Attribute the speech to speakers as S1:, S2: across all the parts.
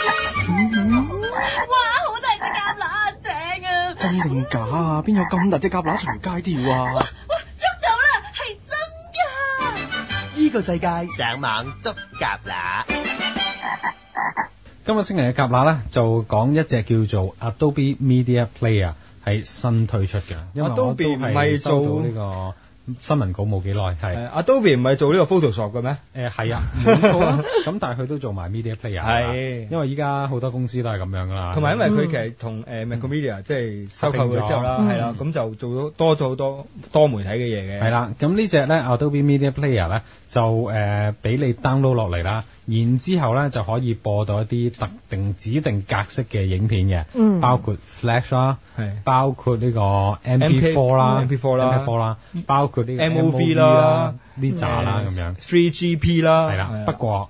S1: 哇，好大隻蛤乸，正啊！
S2: 真定假啊？邊有咁大隻蛤乸隨街跳啊？
S1: 哇，捉到啦，係真㗎！
S3: 呢個世界上網捉蛤乸。
S4: 今個星期嘅夾乸咧，就講一隻叫做 Adobe Media Player 係新推出嘅，因為我都
S5: Adobe 唔係
S4: 係收
S5: 做
S4: 到呢個新聞稿冇幾耐，係
S5: 誒，Adobe 唔係做呢個 Photoshop 嘅咩？
S4: 誒係啊，冇錯 啊，咁但係佢都做埋 Media Player，係嘛
S5: 係
S4: 因為依家好多公司都係咁樣噶啦，
S5: 同埋因為佢其實同誒 Macromedia 即係收購
S4: 合嗯啊併咗嗯
S5: 咗之後啦，係啦，咁就做到多咗好多多媒體嘅嘢嘅。
S4: 係啦，咁呢只咧 Adobe Media Player 咧就誒俾、你 download 落嚟啦，然之後咧就可以播到一啲特定指定格式嘅影片嘅，包括 Flash 啦
S5: 嗯係，
S4: 包括呢個 MP4 啦
S5: MP4 啦
S4: ，MP4 啦，包括呢個
S5: MOV 啦
S4: 啦，呢扎啦咁樣，
S5: 3GP 啦，
S4: 係啦。不過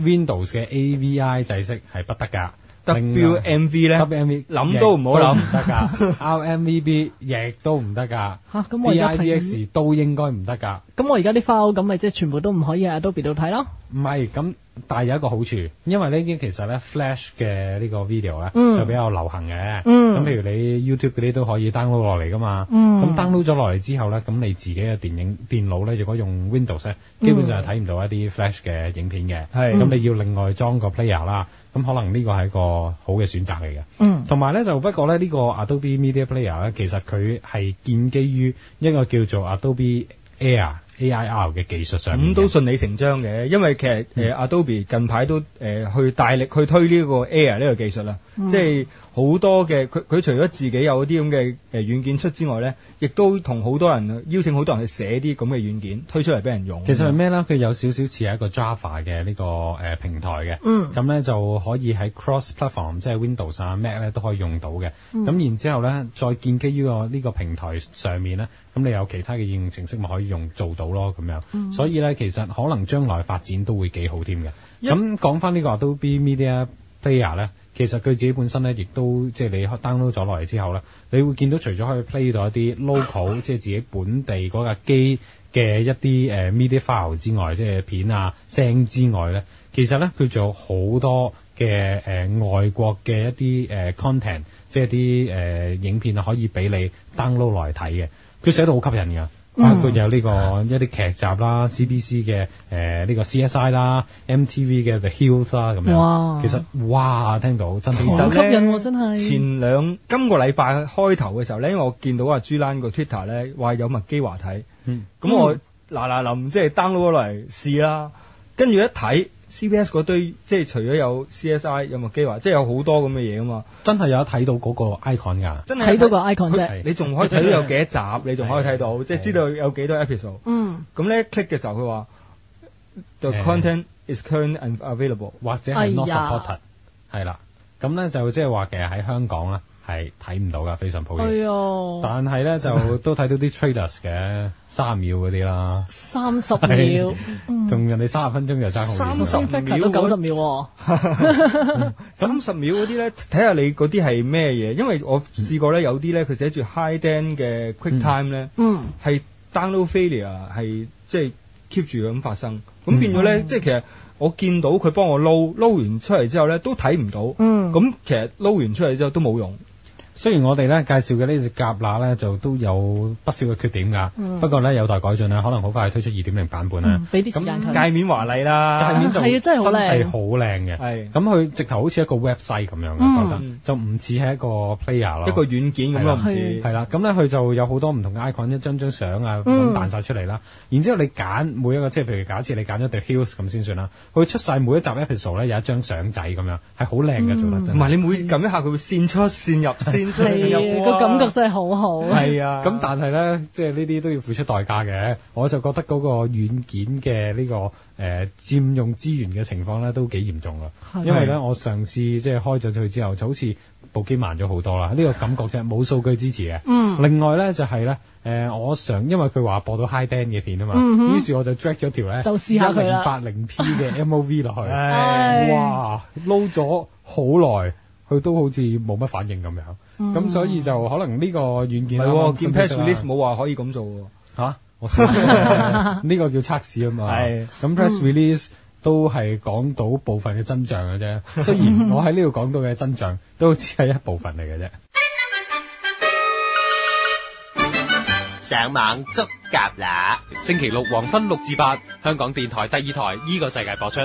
S4: Windows 嘅 AVI 制式係不得㗎。另外
S5: WMV 咧
S4: WMV
S5: 諗都唔好
S4: 亦
S5: 諗
S4: 都唔得 㗎 RMVB 亦都唔得㗎
S6: 嚇咁我而家平
S4: DIVX 都應該唔得㗎。
S6: 咁我而家啲 file 咁咪即係全部都唔可以喺 Adobe 度睇咯。
S4: 唔係咁，但係有一個好處，因為呢啲其實咧 Flash 嘅呢個 video 咧、就比較流行嘅。咁、譬如你 YouTube 嗰啲都可以 download 落嚟噶嘛。咁、download 咗落嚟之後咧，咁你自己嘅電影電腦咧，如果用 Windows 咧，基本上係睇唔到一啲 Flash 嘅影片嘅。
S5: 係
S4: 咁、你要另外裝個 player 啦。咁可能呢個係一個好嘅選擇嚟嘅。同埋咧就不過咧呢、個 Adobe Media Player 咧，其實佢係建基於一個叫做 Adobe Air AIR 嘅技術上面
S5: 咁
S4: 嘅
S5: 都順理成章嘅，因為其實
S4: 嗯
S5: 誒 Adobe 近排都誒去大力去推呢個 Air 呢個技術啦，
S4: 嗯
S5: 即係好多嘅佢佢除咗自己有啲咁嘅誒軟件出之外咧，亦都同好多人邀請好多人去寫啲咁嘅軟件推出嚟俾人用。
S4: 其實係咩咧？佢有少少似係一個 Java 嘅呢、個呃平台嘅，咁咧、就可以喺 cross platform，即係 Windows 啊、Mac 咧都可以用到嘅。咁、然之後咧，再建基於個呢個平台上面咧，咁你有其他嘅應用程式咪可以用做到咯，咁樣。所以咧，其實可能將來發展都會幾好添嘅。咁講翻呢個 Adobe Media Player 咧。其實佢自己本身咧，亦都即係你 download 咗落嚟之後咧，你會見到除咗可以 play 到一啲 local，即係自己本地嗰架機嘅一啲誒、呃 media file 之外，即係片啊聲之外咧，其實咧佢仲有好多嘅誒、呃外國嘅一啲誒、呃 content，即係啲誒影片啊，可以俾你 download 落嚟睇嘅。佢寫到好吸引㗎。包括有呢、個一啲劇集啦、CBC 嘅呃誒呢個 CSI 啦、MTV 嘅 The Hills 啦咁
S6: 哇
S4: 樣，其實哇，聽到真係
S6: 其
S4: 好
S6: 實
S4: 吸
S6: 好吸引喎真係
S5: 前兩今個禮拜開頭嘅時候咧，因為我見到阿朱蘭個 Twitter 咧話有麥基華睇，咁、我
S6: 嗯
S5: 嗱嗱臨即係 download 咗落嚟試啦，跟住一睇 CBS 嗰堆即係除咗有 CSI 有麥基華，即係有好多咁嘅嘢啊嘛，
S4: 真係有睇到嗰個 icon 㗎。
S5: 真係
S6: 睇到個 icon 啫
S5: 佢。你仲可以睇到有幾多集，你仲可以睇到，即係知道有幾多 episode。
S6: 嗯，
S5: 咁咧 click 嘅時候，佢話 the
S4: 誒
S5: content is current and available。
S4: 或者
S6: 哎
S4: 係
S6: 呀
S4: not supported，係啦。咁咧就即係話其實喺香港咧係睇唔到噶，非常抱
S6: 哎
S4: 歉。
S6: 呦，
S4: 但係咧就都睇到啲 trailers 嘅三十秒嗰啲啦，
S6: 三 十
S4: 係
S6: 秒，嗯
S4: 同人哋三十分鐘就爭好遠啦。
S6: 個先 flicker 都九十秒啊喎。
S5: 三十秒嗰啲咧，睇下你嗰啲係咩嘢，因為我試過咧，有啲咧佢寫住 high den 嘅 quick time 咧，
S6: 嗯，
S5: 係 download failure 係即係 keep 住咁發生，
S6: 嗯
S5: 咁變咗咧，即係其實我見到佢幫我撈撈完出嚟之後咧，都睇唔到，
S6: 嗯
S5: 咁其實撈完出嚟之後都冇用，
S4: 雖然我哋咧介紹嘅呢只夾乸咧就都有不少嘅缺點㗎，
S6: 嗯
S4: 不過咧有待改進啦，可能好快推出二點零版本啦。
S6: 俾啲時間佢。
S5: 界面華麗啦，
S4: 界面就
S6: 嗯係啊真係好靚
S4: 係好靚嘅，
S5: 係
S6: 哦
S4: 咁佢直頭好似一個 website 咁樣嘅，覺得就唔似係一個 player 咯，
S5: 一個軟件咁咯，唔
S6: 啊
S5: 似
S4: 係啦，咁咧佢就有好多唔同嘅 icon，一張張相啊咁彈晒出嚟啦。然之後你揀每一個，即係譬如假設你揀咗 The Hills 咁先算啦，佢出晒每一集 episode 咧有一張相仔咁樣，係好靚嘅做得
S5: 唔
S4: 真係。
S5: 係你每撳一下佢會線出線入線出線
S6: 係
S5: 入，
S6: 啊
S5: 哇
S6: 個感覺真係好好。
S5: 係啊，
S4: 咁 但係咧，即係呢啲都要付出代價嘅。我就覺得嗰個軟件嘅呢、個誒、呃、佔用資源嘅情況咧都幾嚴重噶。
S6: 係
S4: 因為咧，我上次即係開咗佢之後，就好似部機慢咗好多啦。呢、個感覺就係冇數據支持嘅。
S6: 嗯
S4: 另外咧就係、咧，誒、我想因為佢話播到 high den 嘅片啊嘛，於是我就 drag 咗條咧
S6: 嗯就試下佢啦
S4: 八零 P 嘅 MOV 落 去。
S6: 唉
S4: 哇，撈咗好耐，佢都好似冇乜反應咁樣。咁、所以就可能呢個軟
S5: 唔
S4: 件啊
S5: 係
S4: 啱
S5: 喎，
S4: 啱新
S5: 見
S4: 推
S5: press
S4: 出啦
S5: release 冇話可以咁做喎。
S4: 吓，我呢個叫測試啊嘛。
S5: 係
S4: 咁 press release 都係講到部分嘅真相嘅啫。雖然我喺呢度講到嘅真相都只係一部分嚟嘅啫。
S3: 上網捉蛤乸。
S7: 星期六黃昏六至八，香港電台第二台依個世界播出。